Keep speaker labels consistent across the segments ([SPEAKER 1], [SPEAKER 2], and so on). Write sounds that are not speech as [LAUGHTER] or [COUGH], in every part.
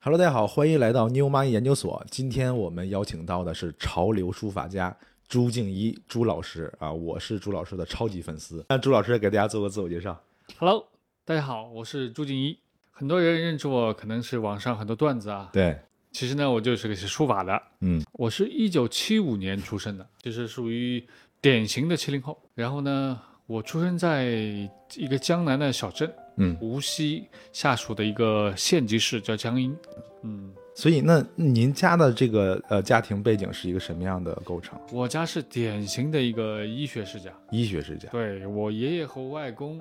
[SPEAKER 1] Hello，大家好，欢迎来到 New Money 研究所。今天我们邀请到的是潮流书法家朱静一朱老师啊，我是朱老师的超级粉丝。那朱老师给大家做个自我介绍。
[SPEAKER 2] Hello，大家好，我是朱静一。很多人认识我，可能是网上很多段子啊。
[SPEAKER 1] 对，
[SPEAKER 2] 其实呢，我就是个写书法的。
[SPEAKER 1] 嗯，
[SPEAKER 2] 我是一九七五年出生的，就是属于典型的七零后。然后呢，我出生在一个江南的小镇，
[SPEAKER 1] 嗯，
[SPEAKER 2] 无锡下属的一个县级市叫江阴。嗯，
[SPEAKER 1] 所以那您家的这个呃家庭背景是一个什么样的构成？
[SPEAKER 2] 我家是典型的一个医学世家。
[SPEAKER 1] 医学世家。
[SPEAKER 2] 对我爷爷和我外公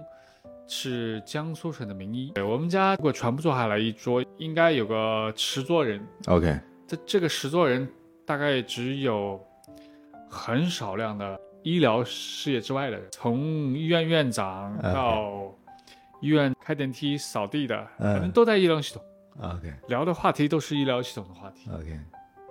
[SPEAKER 2] 是江苏省的名医，对我们家如果全部坐下来一桌，应该有个十桌人。
[SPEAKER 1] OK，
[SPEAKER 2] 这这个十桌人大概只有很少量的医疗事业之外的人，从医院院长
[SPEAKER 1] 嗯
[SPEAKER 2] 到医院开电梯扫地的，
[SPEAKER 1] 嗯
[SPEAKER 2] 可能都在医疗系统，
[SPEAKER 1] OK，OK，、
[SPEAKER 2] 聊的话题都是医疗系统的话题，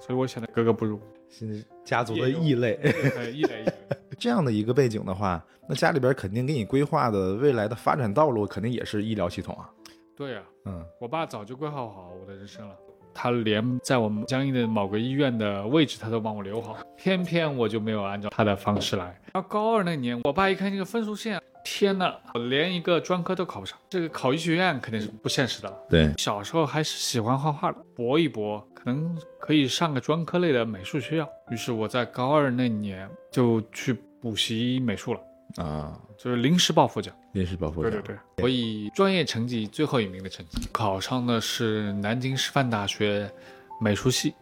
[SPEAKER 2] 所以我显得格格
[SPEAKER 1] [LAUGHS]
[SPEAKER 2] 不入。
[SPEAKER 1] 现在家族的异类。
[SPEAKER 2] 对，一来一来。
[SPEAKER 1] 这样的一个背景的话，那家里边肯定给你规划的未来的发展道路，肯定也是医疗系统啊。
[SPEAKER 2] 对呀、
[SPEAKER 1] 嗯
[SPEAKER 2] 我爸早就规划好我的人生了，他连在我们江阴的某个医院的位置他都帮我留好，偏偏我就没有按照他的方式来。然后高二那年，我爸一看这个分数线，天呐，我连一个专科都考不上，这个考医学院肯定是不现实的了。
[SPEAKER 1] 对，
[SPEAKER 2] 小时候还是喜欢画画的，搏一搏，可能可以上个专科类的美术学校。于是我在高二那年就去补习美术了，
[SPEAKER 1] 啊，
[SPEAKER 2] 就是临时抱佛脚。
[SPEAKER 1] 临时抱佛脚。
[SPEAKER 2] 对对对，我以专业成绩最后一名的成绩考上的是南京师范大学美术系。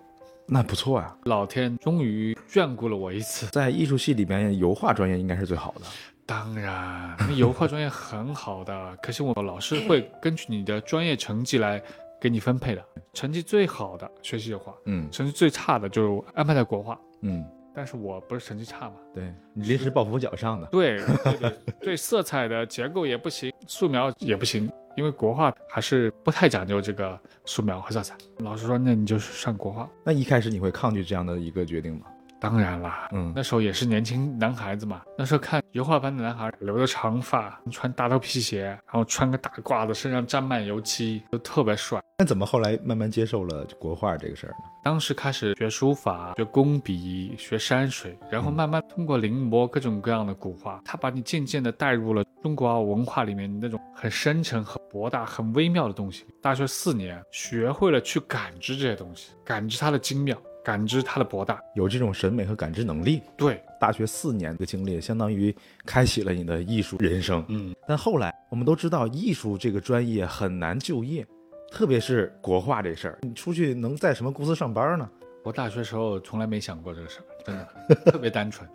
[SPEAKER 1] 那不错啊，
[SPEAKER 2] 老天终于眷顾了我一次。
[SPEAKER 1] 在艺术系里边，油画专业应该是最好的。
[SPEAKER 2] 当然，那油画专业很好的，可是我老师会根据你的专业成绩来给你分配的。成绩最好的学习油画，
[SPEAKER 1] 嗯
[SPEAKER 2] 成绩最差的就安排在国画。
[SPEAKER 1] 嗯，
[SPEAKER 2] 但是我不是成绩差嘛，
[SPEAKER 1] 对你嗯临时抱佛脚上的。
[SPEAKER 2] 对对对，对色彩的结构也不行，素描也不行，因为国画还是不太讲究这个素描和色彩。老师说，那你就上国画。
[SPEAKER 1] 那一开始你会抗拒这样的一个决定吗？
[SPEAKER 2] 当然啦，
[SPEAKER 1] 嗯
[SPEAKER 2] 那时候也是年轻男孩子嘛，那时候看油画班的男孩留着长发，穿大头皮鞋，然后穿个大褂子，身上沾满油漆，都特别帅。
[SPEAKER 1] 那怎么后来慢慢接受了国画这个事儿呢？
[SPEAKER 2] 当时开始学书法、学工笔、学山水，然后
[SPEAKER 1] 嗯
[SPEAKER 2] 慢慢通过临摹各种各样的古画，它把你渐渐地带入了中国文化里面那种很深沉、很博大、很微妙的东西。大学四年，学会了去感知这些东西，感知它的精妙，感知它的博大。
[SPEAKER 1] 有这种审美和感知能力，
[SPEAKER 2] 对，
[SPEAKER 1] 大学四年的经历相当于开启了你的艺术人生。
[SPEAKER 2] 嗯，
[SPEAKER 1] 但后来我们都知道，艺术这个专业很难就业，特别是国画这事儿，你出去能在什么公司上班呢？
[SPEAKER 2] 我大学时候从来没想过这个事儿，真的特别单纯，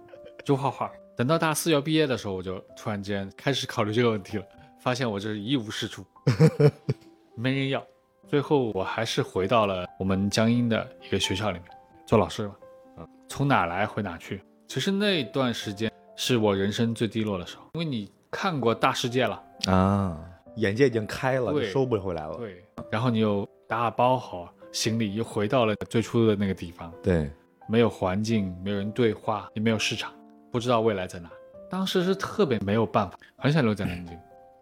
[SPEAKER 2] 就画画。等到大四要毕业的时候，我就突然间开始考虑这个问题了，发现我这是一无是处，没人要。最后我还是回到了我们江阴的一个学校里面做老师嘛，嗯，从哪来回哪去。其实那段时间是我人生最低落的时候，因为你看过大世界了，
[SPEAKER 1] 啊，眼界已经开了，
[SPEAKER 2] 对
[SPEAKER 1] 收不回来了。
[SPEAKER 2] 对，然后你又打包好行李，又回到了最初的那个地方，
[SPEAKER 1] 对，
[SPEAKER 2] 没有环境，没有人对话，也没有市场，不知道未来在哪。当时是特别没有办法，很想留在南京，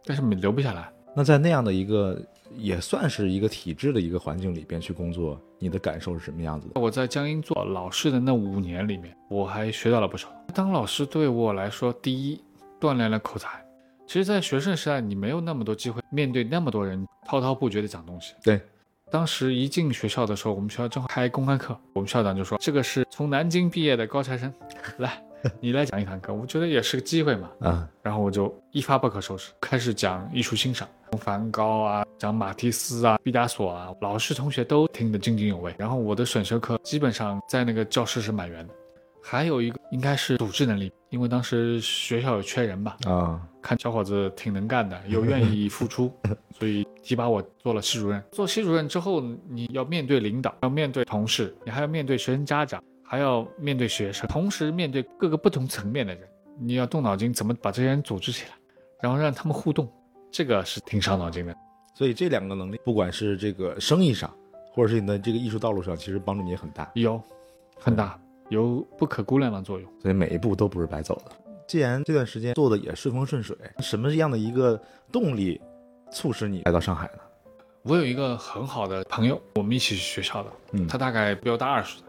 [SPEAKER 2] 但是留不下来。
[SPEAKER 1] 那在那样的一个也算是一个体制的一个环境里边去工作，你的感受是什么样子的？
[SPEAKER 2] 我在江阴做老师的那五年里面，我还学到了不少。当老师对我来说，第一锻炼了口才。其实，在学生时代，你没有那么多机会面对那么多人滔滔不绝地讲东西。
[SPEAKER 1] 对，
[SPEAKER 2] 当时一进学校的时候，我们学校正好开公开课，我们校长就说：“这个是从南京毕业的高材生，来，你来讲一堂课。”我觉得也是个机会嘛。
[SPEAKER 1] 啊，
[SPEAKER 2] 然后我就一发不可收拾，开始讲艺术欣赏，梵高啊，讲马蒂斯啊，毕达索啊，老师同学都听得津津有味。然后我的选修课基本上在那个教室是满员的，还有一个应该是组织能力，因为当时学校有缺人吧，
[SPEAKER 1] 啊，
[SPEAKER 2] 看小伙子挺能干的，又愿意付出，所以提拔我做了系主任。做系主任之后，你要面对领导，要面对同事，你还要面对学生家长，还要面对学生，同时面对各个不同层面的人，你要动脑筋怎么把这些人组织起来，然后让他们互动，这个是挺伤脑筋的。
[SPEAKER 1] 所以这两个能力，不管是这个生意上，或者是你的这个艺术道路上，其实帮助你也很大。
[SPEAKER 2] 有很大，有不可估量的作用。
[SPEAKER 1] 所以每一步都不是白走的。既然这段时间做的也顺风顺水，什么样的一个动力促使你来到上海呢？
[SPEAKER 2] 我有一个很好的朋友，我们一起去学校的，
[SPEAKER 1] 嗯
[SPEAKER 2] 他大概比我大二十岁，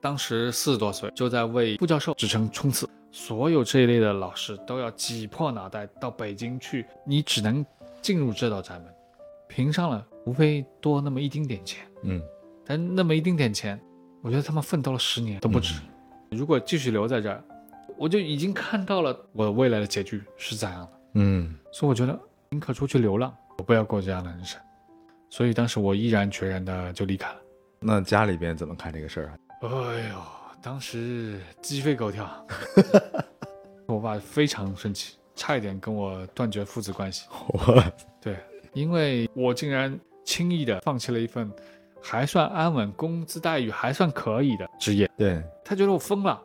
[SPEAKER 2] 当时四十多岁，就在为副教授职称冲刺。所有这一类的老师都要挤破脑袋到北京去，你只能进入这道闸门，评上了无非多那么一丁点钱，
[SPEAKER 1] 嗯
[SPEAKER 2] 但那么一丁点钱，我觉得他们奋斗了十年都不止。如果继续留在这儿，我就已经看到了我未来的结局是怎样的。
[SPEAKER 1] 嗯
[SPEAKER 2] 所以我觉得宁可出去流浪，我不要过这样的人生。所以当时我毅然决然的就离开了。
[SPEAKER 1] 那家里边怎么看这个事儿 [LAUGHS] 啊？
[SPEAKER 2] 哎呦，当时鸡飞狗 [LAUGHS] 跳，我爸非常生气，差一点跟我断绝父子关系。
[SPEAKER 1] 我
[SPEAKER 2] 对，因为我竟然轻易的放弃了一份还算安稳、工资待遇还算可以的职业，
[SPEAKER 1] 对，
[SPEAKER 2] 他觉得我疯了。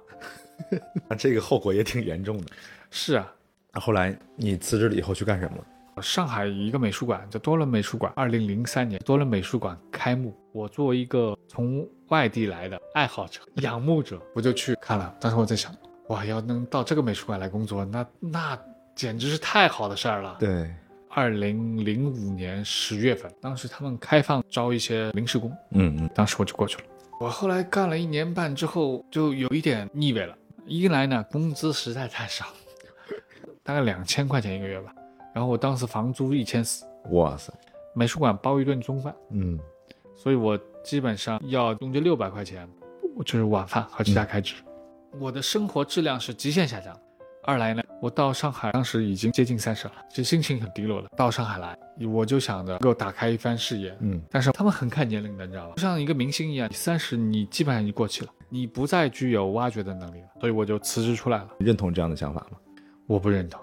[SPEAKER 1] 那这个后果也挺严重的。
[SPEAKER 2] 是啊，
[SPEAKER 1] 那后来你辞职了以后去干什么了？
[SPEAKER 2] 上海一个美术馆叫多伦美术馆，二零零三年多伦美术馆开幕，我作为一个从外地来的爱好者、仰慕者，我就去看了。当时我在想，哇，要能到这个美术馆来工作，那那简直是太好的事儿了。
[SPEAKER 1] 对，
[SPEAKER 2] 二零零五年十月份，当时他们开放招一些临时工，
[SPEAKER 1] 嗯嗯
[SPEAKER 2] 当时我就过去了。我后来干了一年半之后，就有一点腻味了。一来呢，工资实在太少， [LAUGHS] 大概两千块钱一个月吧。然后我当时房租一千四，
[SPEAKER 1] 哇塞，
[SPEAKER 2] 美术馆包一顿中饭，
[SPEAKER 1] 嗯
[SPEAKER 2] 所以我基本上要用这六百块钱，我就是晚饭和其他开支。我的生活质量是极限下降的。二来呢，我到上海当时已经接近三十了，其实心情很低落的。到上海来，我就想着能够打开一番视野，
[SPEAKER 1] 嗯，
[SPEAKER 2] 但是他们很看年龄的，你知道吧？就像一个明星一样，三十你基本上已经过气了，你不再具有挖掘的能力了，所以我就辞职出来了。
[SPEAKER 1] 你认同这样的想法吗？
[SPEAKER 2] 我不认同，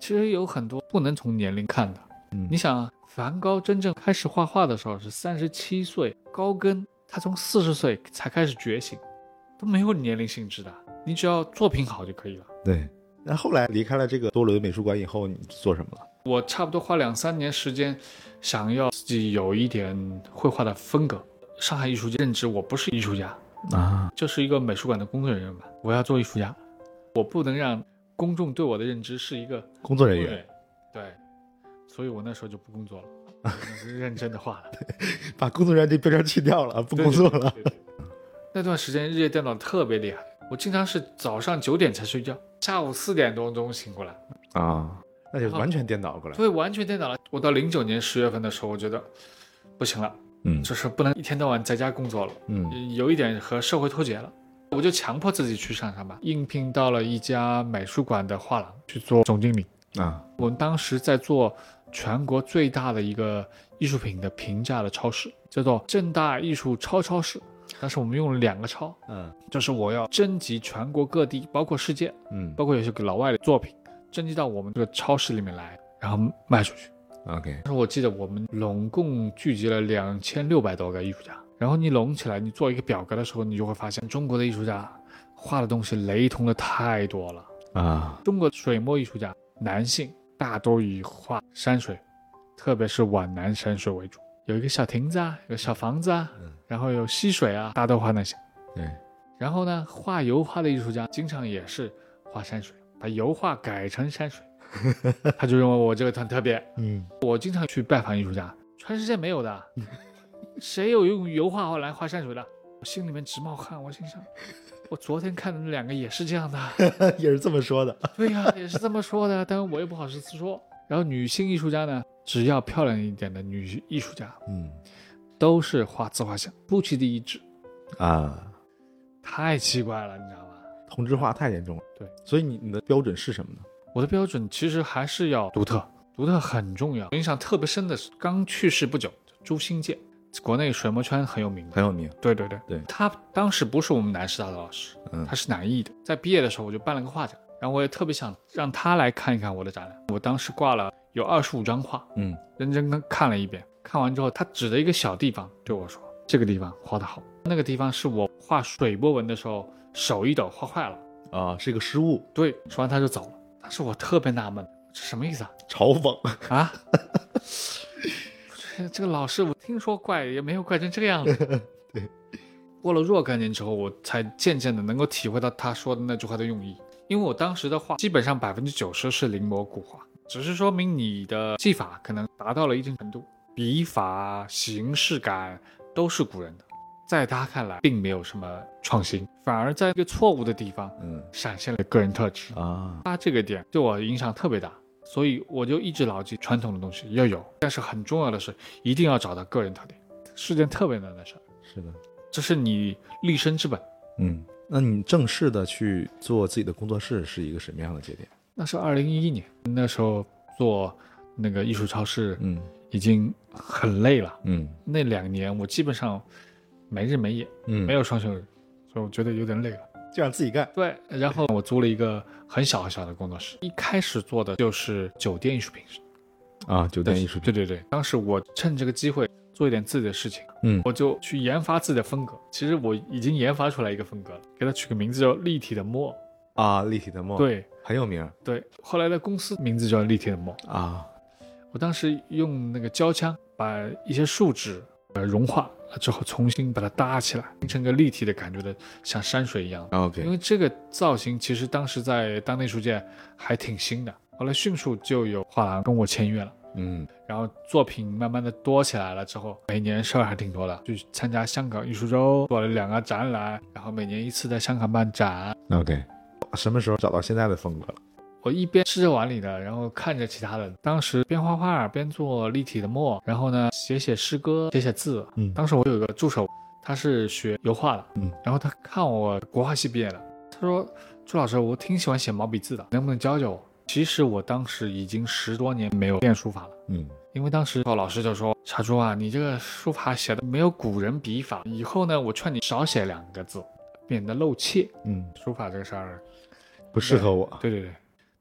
[SPEAKER 2] 其实有很多不能从年龄看的。
[SPEAKER 1] 嗯
[SPEAKER 2] 你想啊，梵高真正开始画画的时候是三十七岁，高更他从四十岁才开始觉醒，都没有年龄性质的，你只要作品好就可以了。
[SPEAKER 1] 对。那后来离开了这个多伦美术馆以后，你做什么了？
[SPEAKER 2] 我差不多花两三年时间，想要自己有一点绘画的风格。上海艺术界认知我不是艺术家，
[SPEAKER 1] 啊，
[SPEAKER 2] 就是一个美术馆的工作人员吧。我要做艺术家，我不能让公众对我的认知是一个
[SPEAKER 1] 工作人
[SPEAKER 2] 对
[SPEAKER 1] 员，
[SPEAKER 2] 对，所以我那时候就不工作了，我
[SPEAKER 1] [LAUGHS]
[SPEAKER 2] 就是认真的画了，
[SPEAKER 1] 把工作人员这标签去掉了， [LAUGHS] 不
[SPEAKER 2] 不
[SPEAKER 1] 工作了。。
[SPEAKER 2] 对对对对那段时间日夜颠倒特别厉害，我经常是早上九点才睡觉，下午四点多钟醒过来，
[SPEAKER 1] 啊，那就完全颠倒过来。
[SPEAKER 2] 所以完全颠倒了。我到零九年十月份的时候，我觉得不行了，
[SPEAKER 1] 嗯
[SPEAKER 2] 就是不能一天到晚在家工作了，
[SPEAKER 1] 嗯
[SPEAKER 2] 有一点和社会脱节了。我就强迫自己去上上班，应聘到了一家美术馆的画廊去做总经理。
[SPEAKER 1] 啊，
[SPEAKER 2] 我们当时在做全国最大的一个艺术品的评价的超市，叫做正大艺术超超市。当时我们用了两个超，
[SPEAKER 1] 嗯
[SPEAKER 2] 就是我要征集全国各地，包括世界，
[SPEAKER 1] 嗯
[SPEAKER 2] 包括有些老外的作品，征集到我们这个超市里面来，然后卖出去。
[SPEAKER 1] ，OK，
[SPEAKER 2] 但是我记得我们拢共聚集了两千六百多个艺术家，然后你拢起来，你做一个表格的时候，你就会发现中国的艺术家画的东西雷同的太多了。
[SPEAKER 1] 啊，
[SPEAKER 2] 中国水墨艺术家男性大都以画山水，特别是皖南山水为主，有一个小亭子啊，有个小房子啊，
[SPEAKER 1] 嗯
[SPEAKER 2] 然后有溪水啊，大都画那些。
[SPEAKER 1] 对，
[SPEAKER 2] 然后呢，画油画的艺术家经常也是画山水，把油画改成山水，他就认为我这个很特别。
[SPEAKER 1] 嗯
[SPEAKER 2] 我经常去拜访艺术家，全世界没有的， [LAUGHS] 谁有用油画来画山水的？我心里面直冒汗，我心想，我昨天看的那两个也是这样的。
[SPEAKER 1] [LAUGHS]
[SPEAKER 2] [LAUGHS]
[SPEAKER 1] 也是这么说的。
[SPEAKER 2] 对呀、也是这么说的，但是我又不好意思说。然后女性艺术家呢，只要漂亮一点的女艺术家，
[SPEAKER 1] 嗯
[SPEAKER 2] 都是画自画像，出奇的一致，
[SPEAKER 1] 啊，
[SPEAKER 2] 太奇怪了，你知道吗？
[SPEAKER 1] 同质化太严重了。
[SPEAKER 2] 对，
[SPEAKER 1] 所以你你的标准是什么呢？
[SPEAKER 2] 我的标准其实还是要独特，独特很重要。影响特别深的是刚去世不久，朱新建，国内水墨圈很有名的。
[SPEAKER 1] 很有名。
[SPEAKER 2] 对对对
[SPEAKER 1] 对
[SPEAKER 2] 他当时不是我们南师大的老师，
[SPEAKER 1] 嗯
[SPEAKER 2] 他是南艺的。在毕业的时候，我就办了个画展，然后我也特别想让他来看一看我的展览。我当时挂了有二十五张画，
[SPEAKER 1] 嗯
[SPEAKER 2] 认真的看了一遍，看完之后，他指着一个小地方对我说：“这个地方画得好，那个地方是我画水波纹的时候手一抖画坏了。
[SPEAKER 1] 啊，是一个失误，”
[SPEAKER 2] 对，说完他就走了。当时我特别纳闷，这什么意思啊？
[SPEAKER 1] 嘲讽。
[SPEAKER 2] 啊？这这个老师，我听说怪也没有怪成这个样子。对，过了若干年之后，我才渐渐的能够体会到他说的那句话的用意。因为我当时的画基本上百分之九十是临摹古画，只是说明你的技法可能达到了一定程度，笔法、形式感都是古人的，在他看来并没有什么创新，反而在一个错误的地方
[SPEAKER 1] [LAUGHS] 嗯
[SPEAKER 2] 闪现了个人特质。
[SPEAKER 1] 啊，
[SPEAKER 2] 他这个点对我影响特别大，所以我就一直牢记传统的东西要有，但是很重要的是一定要找到个人特点，是件特别难的事儿，
[SPEAKER 1] 是的，
[SPEAKER 2] 这是你立身之本。
[SPEAKER 1] 嗯，那你正式的去做自己的工作室是一个什么样的节点？
[SPEAKER 2] 那是二零一一年，那时候做那个艺术超市
[SPEAKER 1] 嗯
[SPEAKER 2] 已经很累了，
[SPEAKER 1] 嗯
[SPEAKER 2] 那两年我基本上没日没夜，
[SPEAKER 1] 嗯，
[SPEAKER 2] 没有双休日，所以我觉得有点累了。
[SPEAKER 1] 就让自己干。
[SPEAKER 2] 对，然后我租了一个很小很小的工作室，一开始做的就是酒店艺术品。
[SPEAKER 1] 啊，酒店艺术品，
[SPEAKER 2] 对对对，当时我趁这个机会做一点自己的事情，
[SPEAKER 1] 嗯
[SPEAKER 2] 我就去研发自己的风格。其实我已经研发出来一个风格了，给它取个名字叫立体的墨。
[SPEAKER 1] 啊，立体的梦，，
[SPEAKER 2] 对
[SPEAKER 1] 很有名
[SPEAKER 2] 对，后来的公司名字叫立体的墨。
[SPEAKER 1] 啊，
[SPEAKER 2] 我当时用那个胶枪把一些树脂呃融化了之后，重新把它搭起来，形成个立体的感觉的，像山水一样。因
[SPEAKER 1] 啊 OK，
[SPEAKER 2] 为这个造型其实当时在当代艺术界还挺新的，后来迅速就有画廊跟我签约了。
[SPEAKER 1] 嗯
[SPEAKER 2] 然后作品慢慢的多起来了之后，每年事儿还挺多的，去参加香港艺术周，做了两个展览，然后每年一次在香港办展。
[SPEAKER 1] ，OK，什嗯么时候找到现在的风格了？
[SPEAKER 2] 我一边吃着碗里的，然后看着其他人，当时边画画边做立体的墨，然后呢写写诗歌，写写字。
[SPEAKER 1] 嗯
[SPEAKER 2] 当时我有一个助手，他是学油画的，
[SPEAKER 1] 嗯，
[SPEAKER 2] 然后他看我国画系毕业的，他说朱老师，我挺喜欢写毛笔字的，能不能教教我？其实我当时已经十多年没有练书法了。
[SPEAKER 1] 嗯
[SPEAKER 2] 因为当时老师就说：“傻猪啊，你这个书法写的没有古人笔法，以后呢，我劝你少写两个字，免得露怯。
[SPEAKER 1] 嗯，
[SPEAKER 2] 书法这个事儿，
[SPEAKER 1] 不适合我。
[SPEAKER 2] 对对对，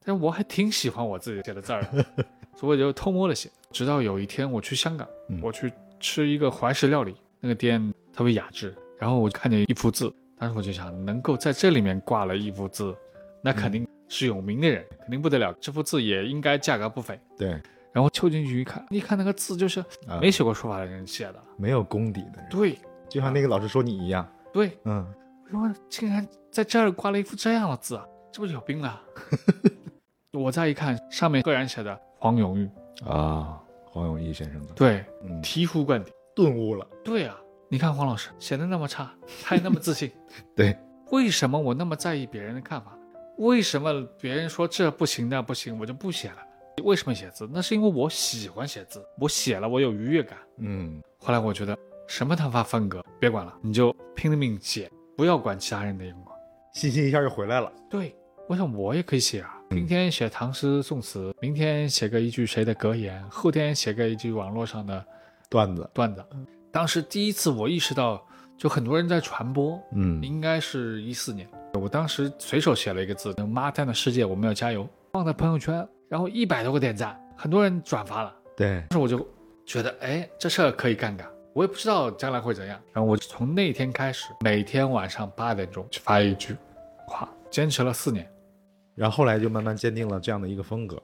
[SPEAKER 2] 但我还挺喜欢我自己写的字儿的， [LAUGHS] 所以我就偷摸的写。直到有一天我去香港，
[SPEAKER 1] 嗯
[SPEAKER 2] 我去吃一个怀石料理，那个店特别雅致，然后我看见一幅字，当时我就想，能够在这里面挂了一幅字，那肯定是有名的人，肯定不得了，这幅字也应该价格不菲。
[SPEAKER 1] 对，
[SPEAKER 2] 然后凑进去一看，一看那个字就是
[SPEAKER 1] 啊
[SPEAKER 2] 没写过书法的人写的。
[SPEAKER 1] 没有功底的人，
[SPEAKER 2] 对
[SPEAKER 1] 就像那个老师说你一样，
[SPEAKER 2] 对，
[SPEAKER 1] 嗯，
[SPEAKER 2] 我说竟然在这儿挂了一幅这样的字啊，这不是有病啊！我再一看，上面赫然写的黄永玉，
[SPEAKER 1] 啊，黄永义先生的，
[SPEAKER 2] 对，
[SPEAKER 1] 嗯，
[SPEAKER 2] 醍醐灌顶。
[SPEAKER 1] 顿悟了，
[SPEAKER 2] 对啊，你看黄老师写的那么差，他也那么自信，
[SPEAKER 1] 对，
[SPEAKER 2] 为什么我那么在意别人的看法？为什么别人说这不行那不行，我就不写了？为什么写字？那是因为我喜欢写字，我写了我有愉悦感。
[SPEAKER 1] 嗯
[SPEAKER 2] 后来我觉得什么谈发风格，别管了，你就拼了命写，不要管其他人的眼光。
[SPEAKER 1] 信心一下就回来了，
[SPEAKER 2] 对，我想我也可以写啊，今天写唐诗宋词，明天写个一句谁的格言，后天写个一句网络上的
[SPEAKER 1] 段子，
[SPEAKER 2] 段子。当时第一次我意识到，就很多人在传播，
[SPEAKER 1] 嗯
[SPEAKER 2] 应该是一四年，我当时随手写了一个字“妈蛋的世界，我们要加油”，放在朋友圈，然后一百多个点赞，很多人转发了。
[SPEAKER 1] 对，
[SPEAKER 2] 觉得哎，这事儿可以干干。我也不知道将来会怎样。然后我从那天开始，每天晚上八点钟去发一句话，坚持了四年。
[SPEAKER 1] 然后后来就慢慢坚定了这样的一个风格，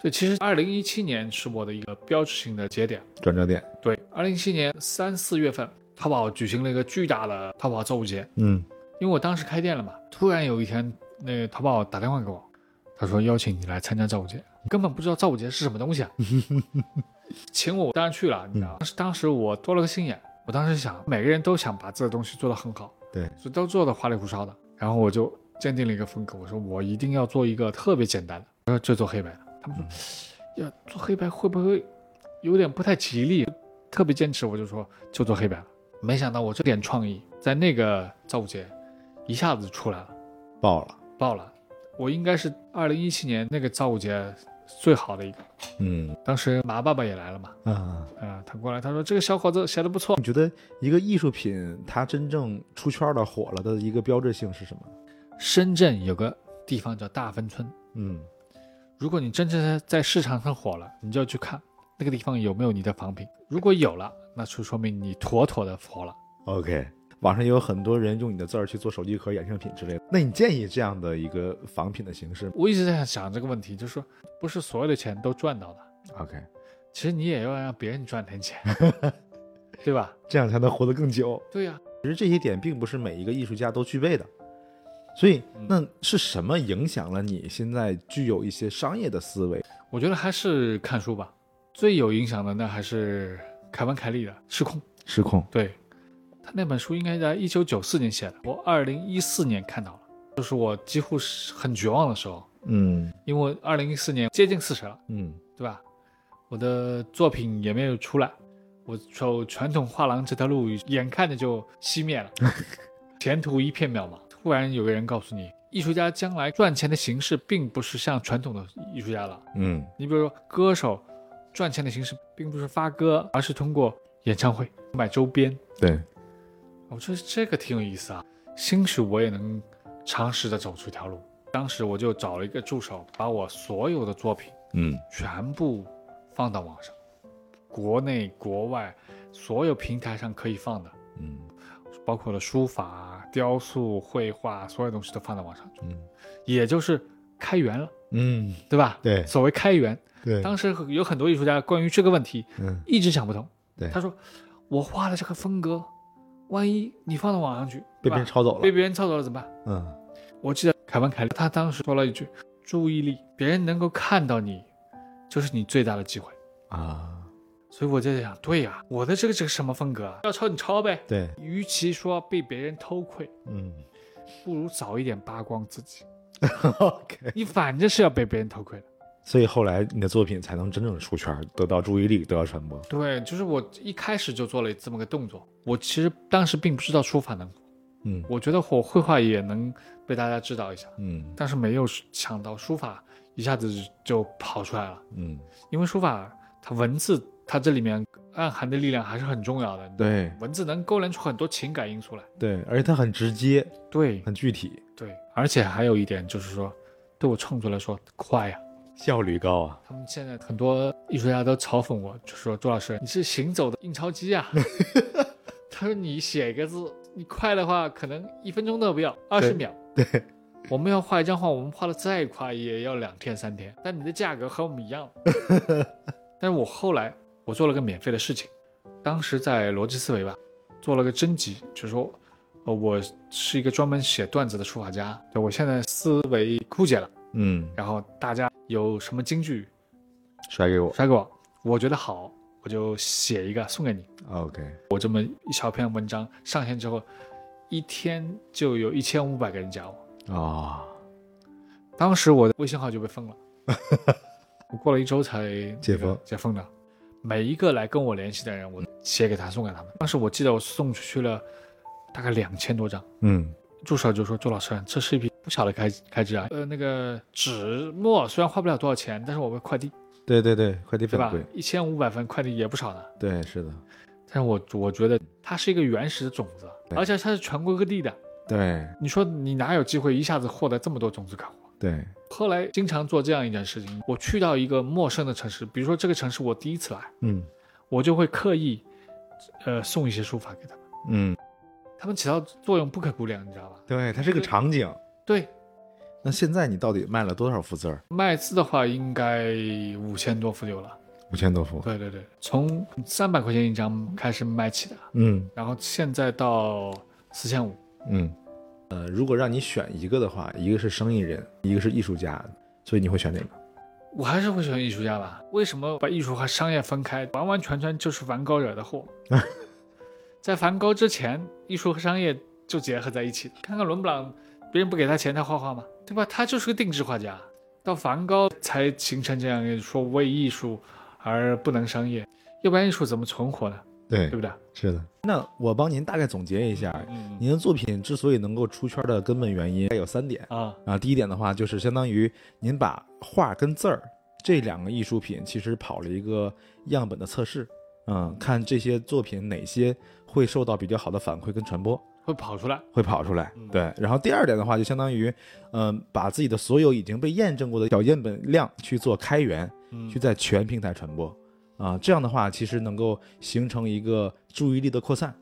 [SPEAKER 2] 对，其实二零一七年是我的一个标志性的节点。
[SPEAKER 1] 转折点，
[SPEAKER 2] 对，二零一七年三四月份，淘宝举行了一个巨大的淘宝购物节，
[SPEAKER 1] 嗯
[SPEAKER 2] 因为我当时开店了嘛。突然有一天，那个淘宝打电话给我，他说邀请你来参加造物节，根本不知道造物节是什么东西啊。 [LAUGHS] 请我，我当然去了，你知道吗？但是当时我多了个心眼，我当时想，每个人都想把这个东西做得很好，
[SPEAKER 1] 对
[SPEAKER 2] 所以都做得花里胡哨的。然后我就坚定了一个风格，我说我一定要做一个特别简单的，我说就做黑白的。他们说、要做黑白会不会有点不太吉利？特别坚持，我就说就做黑白了。没想到我这点创意在那个造物节一下子出来了。
[SPEAKER 1] 爆了，
[SPEAKER 2] 爆了。我应该是二零一七年那个造物节最好的一个。
[SPEAKER 1] 嗯
[SPEAKER 2] 当时马爸爸也来了嘛，
[SPEAKER 1] 啊，
[SPEAKER 2] 啊、他过来，他说这个小伙子写的不错。
[SPEAKER 1] 你觉得一个艺术品它真正出圈了火了的一个标志性是什么？
[SPEAKER 2] 深圳有个地方叫大芬村，
[SPEAKER 1] 嗯
[SPEAKER 2] 如果你真正在在市场上火了，你就要去看那个地方有没有你的仿品。如果有了，那就说明你妥妥的佛了。
[SPEAKER 1] ，OK。网上也有很多人用你的字儿去做手机壳、衍生品之类的。那你建议这样的一个仿品的形式吗
[SPEAKER 2] 我一直在想这个问题，就是说不是所有的钱都赚到的，
[SPEAKER 1] ？OK，
[SPEAKER 2] 其实你也要让别人赚点钱， [LAUGHS] 对吧？
[SPEAKER 1] 这样才能活得更久。
[SPEAKER 2] 对呀、
[SPEAKER 1] 其实这些点并不是每一个艺术家都具备的，所以那是什么影响了你现在具有一些商业的思维？
[SPEAKER 2] 我觉得还是看书吧。最有影响的那还是凯文·凯利的《失控》。
[SPEAKER 1] 失控，
[SPEAKER 2] 对，他那本书应该在一九九四年写的，我二零一四年看到了，就是我几乎是很绝望的时候，
[SPEAKER 1] 嗯
[SPEAKER 2] 因为二零一四年接近四十了，
[SPEAKER 1] 嗯
[SPEAKER 2] 对吧？我的作品也没有出来，我走传统画廊这条路眼看着就熄灭了，前途一片渺茫。突然有个人告诉你，艺术家将来赚钱的形式并不是像传统的艺术家了，
[SPEAKER 1] 嗯
[SPEAKER 2] 你比如说歌手赚钱的形式并不是发歌，而是通过演唱会买周边。
[SPEAKER 1] 对，
[SPEAKER 2] 我觉得这个挺有意思啊，兴许我也能尝试着走出一条路。当时我就找了一个助手，把我所有的作品
[SPEAKER 1] 嗯
[SPEAKER 2] 全部放到网上，国内国外所有平台上可以放的，
[SPEAKER 1] 嗯
[SPEAKER 2] 包括了书法、雕塑、绘画，所有东西都放到网上，
[SPEAKER 1] 嗯
[SPEAKER 2] 也就是开源了，
[SPEAKER 1] 嗯，
[SPEAKER 2] 对吧？
[SPEAKER 1] 对
[SPEAKER 2] 所谓开源，
[SPEAKER 1] 对，
[SPEAKER 2] 当时有很多艺术家关于这个问题
[SPEAKER 1] 嗯
[SPEAKER 2] 一直想不通。
[SPEAKER 1] 对
[SPEAKER 2] 他说我画的这个风格，万一你放到网上去，
[SPEAKER 1] 被
[SPEAKER 2] 对
[SPEAKER 1] 别
[SPEAKER 2] 吧
[SPEAKER 1] 人抄走了
[SPEAKER 2] 被，别人抄走了怎么办？
[SPEAKER 1] 嗯
[SPEAKER 2] 我记得凯文凯利他当时说了一句：“注意力，别人能够看到你，就是你最大的机会。
[SPEAKER 1] 啊，”
[SPEAKER 2] 所以我就在想，对呀、我的这个这个什么风格啊？要抄你抄呗。
[SPEAKER 1] 对，
[SPEAKER 2] 与其说被别人偷窥，
[SPEAKER 1] 嗯 [LAUGHS]
[SPEAKER 2] 不如早一点扒光自己。
[SPEAKER 1] ，OK，
[SPEAKER 2] 你反正是要被别人偷窥的。
[SPEAKER 1] 所以后来你的作品才能真正出圈，得到注意力，得到传播，
[SPEAKER 2] 对，就是我一开始就做了这么个动作。我其实当时并不知道书法能
[SPEAKER 1] 嗯
[SPEAKER 2] 我觉得我绘画也能被大家知道一下，
[SPEAKER 1] 嗯
[SPEAKER 2] 但是没有想到书法一下子就跑出来了，
[SPEAKER 1] 嗯，
[SPEAKER 2] 因为书法它文字它这里面暗含的力量还是很重要的，，
[SPEAKER 1] 对
[SPEAKER 2] 文字能勾连出很多情感因素来，
[SPEAKER 1] 对，而且它很直接，
[SPEAKER 2] 对
[SPEAKER 1] 很具体，
[SPEAKER 2] 对，而且还有一点就是说，对我创作来说快啊呀、
[SPEAKER 1] 效率高啊，
[SPEAKER 2] 他们现在很多艺术家都嘲讽我，就说周老师你是行走的印钞
[SPEAKER 1] [LAUGHS]
[SPEAKER 2] 机啊。他说你写一个字，你快的话可能一分钟都不要，二十秒。
[SPEAKER 1] 对，
[SPEAKER 2] 我们要画一张画，我们画的再快也要两天三天，但你的价格和我们一
[SPEAKER 1] [LAUGHS]
[SPEAKER 2] 样。但是我后来我做了个免费的事情，当时在逻辑思维吧，做了个征集，就是说，呃，我是一个专门写段子的书法家，对我现在思维枯竭了，
[SPEAKER 1] 嗯，
[SPEAKER 2] 然后大家有什么金句
[SPEAKER 1] 甩给我
[SPEAKER 2] 甩给我，我觉得好，我就写一个送给你。
[SPEAKER 1] ，OK，
[SPEAKER 2] 我这么一小篇文章上线之后，一天就有一千五百个人加我，
[SPEAKER 1] 啊，
[SPEAKER 2] 当时我的微信号就被封了，我过了一周才
[SPEAKER 1] 解封
[SPEAKER 2] 解封的。每一个来跟我联系的人，我写给他送给他们。当时我记得我送出去了大概两千多张，
[SPEAKER 1] 嗯
[SPEAKER 2] 助手就说：“周老师，啊这是一笔不小的开开支啊，呃，那个纸墨虽然花不了多少钱，但是我们快递
[SPEAKER 1] 对对对，快递
[SPEAKER 2] 对
[SPEAKER 1] 费很
[SPEAKER 2] 吧
[SPEAKER 1] 贵，？
[SPEAKER 2] 一千五百份快递也不少呢。
[SPEAKER 1] 对，是的，
[SPEAKER 2] 但是我我觉得它是一个原始的种子，
[SPEAKER 1] 对
[SPEAKER 2] 而且它是全国各地的。
[SPEAKER 1] 对
[SPEAKER 2] 你说你哪有机会一下子获得这么多种子客户？
[SPEAKER 1] 对，
[SPEAKER 2] 后来经常做这样一件事情，我去到一个陌生的城市，比如说这个城市我第一次来，
[SPEAKER 1] 嗯
[SPEAKER 2] 我就会刻意，呃，送一些书法给他们，
[SPEAKER 1] 嗯，
[SPEAKER 2] 他们起到作用不可估量，你知道吧？
[SPEAKER 1] 对，它是个
[SPEAKER 2] 对
[SPEAKER 1] 场景。
[SPEAKER 2] 对，
[SPEAKER 1] 那现在你到底卖了多少幅字儿？
[SPEAKER 2] 卖字的话应该五千多幅有了，
[SPEAKER 1] 五千多幅。
[SPEAKER 2] 对对对，从三百块钱一张开始卖起的，
[SPEAKER 1] 嗯
[SPEAKER 2] 然后现在到四千五，
[SPEAKER 1] 嗯，呃，如果让你选一个的话，一个是生意人，一个是艺术家，所以你会选哪个？
[SPEAKER 2] 我还是会选艺术家吧？为什么把艺术和商业分开？完完全全就是梵高惹的
[SPEAKER 1] [LAUGHS]
[SPEAKER 2] 祸。在梵高之前，艺术和商业就结合在一起。看看伦勃朗，别人不给他钱，他画画吗？对吧？他就是个定制画家。到梵高才形成这样一个说为艺术而不能商业，要不然艺术怎么存活呢？
[SPEAKER 1] 对
[SPEAKER 2] 对不对？
[SPEAKER 1] 是的。那我帮您大概总结一下，
[SPEAKER 2] 嗯
[SPEAKER 1] 啊您的作品之所以能够出圈的根本原因大概有三点
[SPEAKER 2] 啊，
[SPEAKER 1] 啊。第一点的话，就是相当于您把画跟字儿这两个艺术品其实跑了一个样本的测试，嗯，看这些作品哪些会受到比较好的反馈跟传播。
[SPEAKER 2] 会跑出来。
[SPEAKER 1] 会跑出来。对，然后第二点的话，就相当于，嗯、把自己的所有已经被验证过的小样本量去做开源，去在全平台传播啊、这样的话其实能够形成一个注意力的扩散。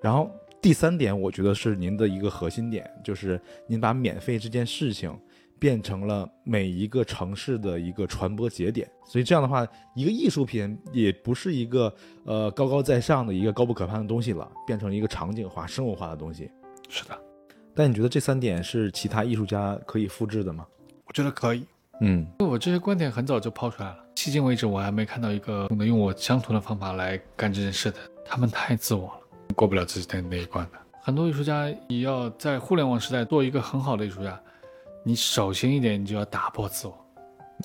[SPEAKER 1] 然后第三点，我觉得是您的一个核心点，就是您把免费这件事情。变成了每一个城市的一个传播节点，所以这样的话，一个艺术品也不是一个呃高高在上的一个高不可攀的东西了，变成一个场景化、生活化的东西。
[SPEAKER 2] 是的，
[SPEAKER 1] 但你觉得这三点是其他艺术家可以复制的吗？
[SPEAKER 2] 我觉得可以。
[SPEAKER 1] 嗯
[SPEAKER 2] 我这些观点很早就抛出来了。其迄今为止，我还没看到一个懂得用我相同的方法来干这件事的。他们太自我了，过不了自己的那一关的。很多艺术家，你要在互联网时代做一个很好的艺术家，你首先一点，你就要打破自我，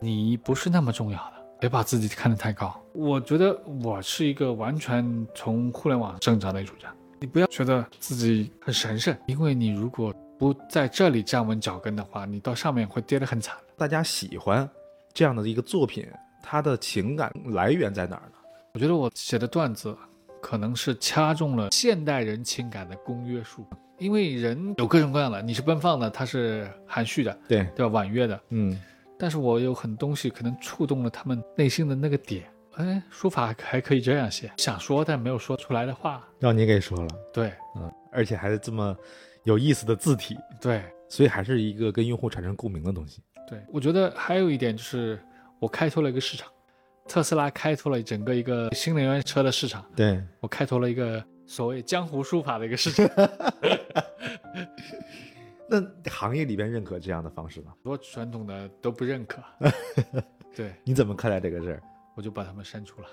[SPEAKER 2] 你不是那么重要的，别把自己看得太高。我觉得我是一个完全从互联网生长的艺术家，你不要觉得自己很神圣，因为你如果不在这里站稳脚跟的话，你到上面会跌得很惨。
[SPEAKER 1] 大家喜欢这样的一个作品，它的情感来源在哪儿呢？
[SPEAKER 2] 我觉得我写的段子可能是掐中了现代人情感的公约数，因为人有各种各样的，你是奔放的，他是含蓄的，
[SPEAKER 1] 对，
[SPEAKER 2] 对吧？婉约的，
[SPEAKER 1] 嗯，
[SPEAKER 2] 但是我有很东西可能触动了他们内心的那个点。哎，书法还可以这样写，想说但没有说出来的话，
[SPEAKER 1] 让你给说了，
[SPEAKER 2] 对
[SPEAKER 1] 而且还是这么有意思的字体，
[SPEAKER 2] 对
[SPEAKER 1] 所以还是一个跟用户产生共鸣的东西。
[SPEAKER 2] 对，我觉得还有一点就是我开拓了一个市场，特斯拉开拓了整个一个新能源车的市场，
[SPEAKER 1] 对，
[SPEAKER 2] 我开拓了一个所谓江湖书法的一个市场。
[SPEAKER 1] 那行业里边认可这样的方式吗？
[SPEAKER 2] 很多传统的都不认
[SPEAKER 1] [LAUGHS]
[SPEAKER 2] 可，对
[SPEAKER 1] 你怎么看待这个事儿？
[SPEAKER 2] 我就把他们删除了，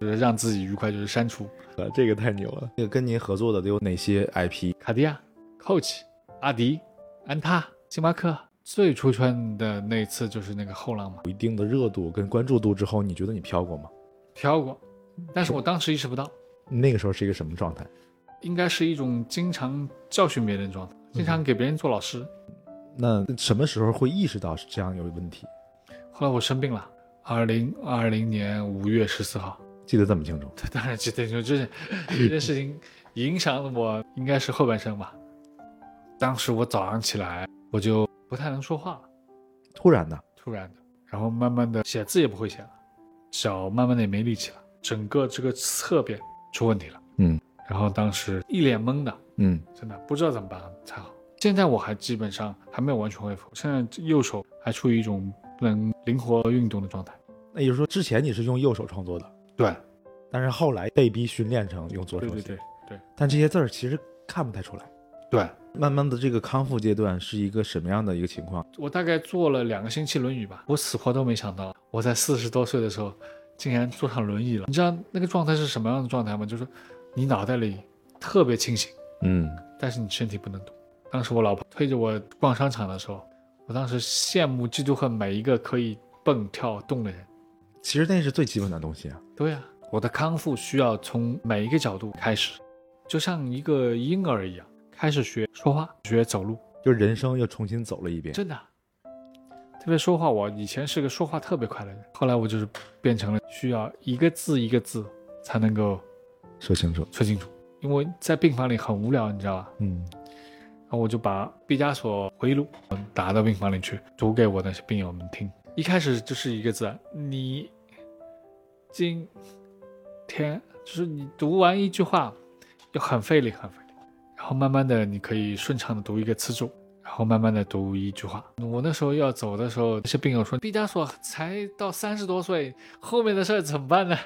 [SPEAKER 2] 就是让自己愉快，就是
[SPEAKER 1] [LAUGHS]
[SPEAKER 2] 删除
[SPEAKER 1] 呃，这个太牛了。这个跟您合作的都有哪些 IP？
[SPEAKER 2] 卡地亚、Coach、阿迪、安踏、星巴克。最出圈的那次就是那个后浪嘛，
[SPEAKER 1] 有一定的热度跟关注度之后，你觉得你飘过吗？
[SPEAKER 2] 飘过，但是我当时意识不到，
[SPEAKER 1] 你那个时候是一个什么状态？
[SPEAKER 2] 应该是一种经常教训别人的状态，经
[SPEAKER 1] 嗯
[SPEAKER 2] 常给别人做老师。
[SPEAKER 1] 那呃什么时候会意识到是这样有问题？
[SPEAKER 2] 后来我生病了，二零二零年五月十四号，
[SPEAKER 1] 记得这么清楚？
[SPEAKER 2] [LAUGHS] 当然记得，就这
[SPEAKER 1] [LAUGHS]
[SPEAKER 2] 这件事情影响了我，应该是后半生吧。当时我早上起来，我就不太能说话了，
[SPEAKER 1] 突然的，
[SPEAKER 2] 突然的，然后慢慢的写字也不会写了，脚慢慢的也没力气了，整个这个侧边出问题了。
[SPEAKER 1] 嗯，
[SPEAKER 2] 然后当时一脸懵的，
[SPEAKER 1] 嗯，
[SPEAKER 2] 真的不知道怎么办才好。现在我还基本上还没有完全恢复，现在右手还处于一种不能灵活运动的状态。
[SPEAKER 1] 那也就是说之前你是用右手创作的，
[SPEAKER 2] 对，
[SPEAKER 1] 但是后来被逼训练成用左手
[SPEAKER 2] 对
[SPEAKER 1] 写。
[SPEAKER 2] 对对对
[SPEAKER 1] 但这些字儿其实看不太出来。
[SPEAKER 2] 对，
[SPEAKER 1] 慢慢的，这个康复阶段是一个什么样的一个情况？
[SPEAKER 2] 我大概坐了两个星期轮椅吧，我死活都没想到，我在四十多岁的时候竟然坐上轮椅了。你知道那个状态是什么样的状态吗？就是你脑袋里特别清醒，
[SPEAKER 1] 嗯，
[SPEAKER 2] 但是你身体不能动。当时我老婆推着我逛商场的时候，我当时羡慕、嫉妒、恨每一个可以蹦、跳、动的人。
[SPEAKER 1] 其实那是最基本的东西啊。
[SPEAKER 2] 对呀、我的康复需要从每一个角度开始，就像一个婴儿一样，开始学说话、学走路，
[SPEAKER 1] 就人生又重新走了一遍。
[SPEAKER 2] 真的。啊特别说话，我以前是个说话特别快的人，后来我就是变成了需要一个字一个字才能够
[SPEAKER 1] 说清楚，
[SPEAKER 2] 说清楚，因为在病房里很无聊，你知道吧？
[SPEAKER 1] 嗯，
[SPEAKER 2] 然后我就把毕加索回忆录打到病房里去，读给我那些病友们听。一开始就是一个字，啊你今天就是你读完一句话，要很费力，很费力。然后慢慢的，你可以顺畅的读一个词组，然后慢慢的读一句话。我那时候要走的时候，那些病友说，毕加索才到三十多岁，后面的事儿怎么办呢？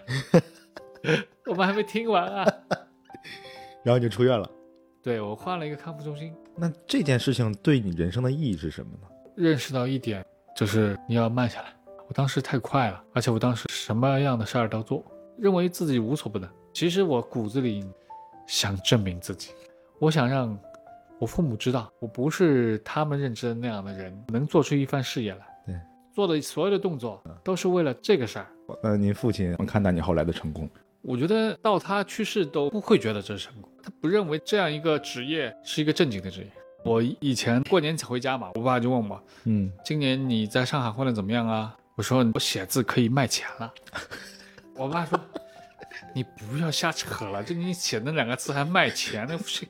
[SPEAKER 2] [LAUGHS] 我们还没听完啊。
[SPEAKER 1] 然后你就出院了。
[SPEAKER 2] 对我换了一个康复中心，
[SPEAKER 1] 那这件事情对你人生的意义是什么呢？
[SPEAKER 2] 认识到一点，就是你要慢下来。我当时太快了，而且我当时什么样的事儿都做，认为自己无所不能。其实我骨子里想证明自己，我想让我父母知道，我不是他们认知的那样的人，能做出一番事业来。
[SPEAKER 1] 对，
[SPEAKER 2] 做的所有的动作都是为了这个事儿。
[SPEAKER 1] 那呃您父亲能看到你后来的成功，
[SPEAKER 2] 我觉得到他去世都不会觉得这是成功，他不认为这样一个职业是一个正经的职业。我以前过年才回家嘛，我爸就问我，
[SPEAKER 1] 嗯，
[SPEAKER 2] 今年你在上海混的怎么样啊？我说我写字可以卖钱了。 [LAUGHS] 我爸说你不要瞎扯了，就你写那两个字还卖钱，那不是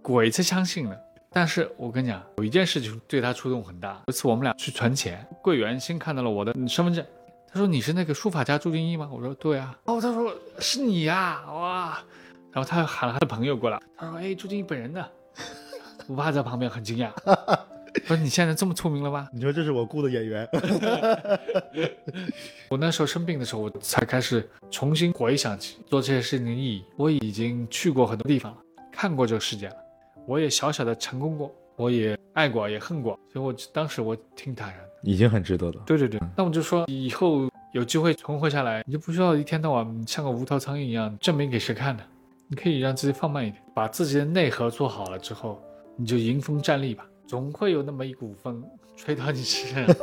[SPEAKER 2] 鬼才相信呢。但是我跟你讲，有一件事情对他触动很大。有一次我们俩去存钱，柜员先看到了我的身份证，他说你是那个书法家朱定一吗？我说对啊。哦，他说是你呀、哇！然后他又喊了他的朋友过来，他说哎，朱定一本人呢？我爸在旁边很惊讶， [LAUGHS] 说你现在这么出名了吗？
[SPEAKER 1] 你说这是我雇的演员，
[SPEAKER 2] 我那时候生病的时候，我才开始重新回想起做这些事情的意义。我已经去过很多地方了，看过这个世界了，我也小小的成功过，我也爱过也恨过，所以我当时我挺坦然的。
[SPEAKER 1] 已经很值得了。
[SPEAKER 2] 对对对，那我就说以后有机会存活下来，你就不需要一天到晚像个无头苍蝇一样证明给谁看的，你可以让自己放慢一点，把自己的内核做好了之后，你就迎风站立吧，总会有那么一股风吹到你身上，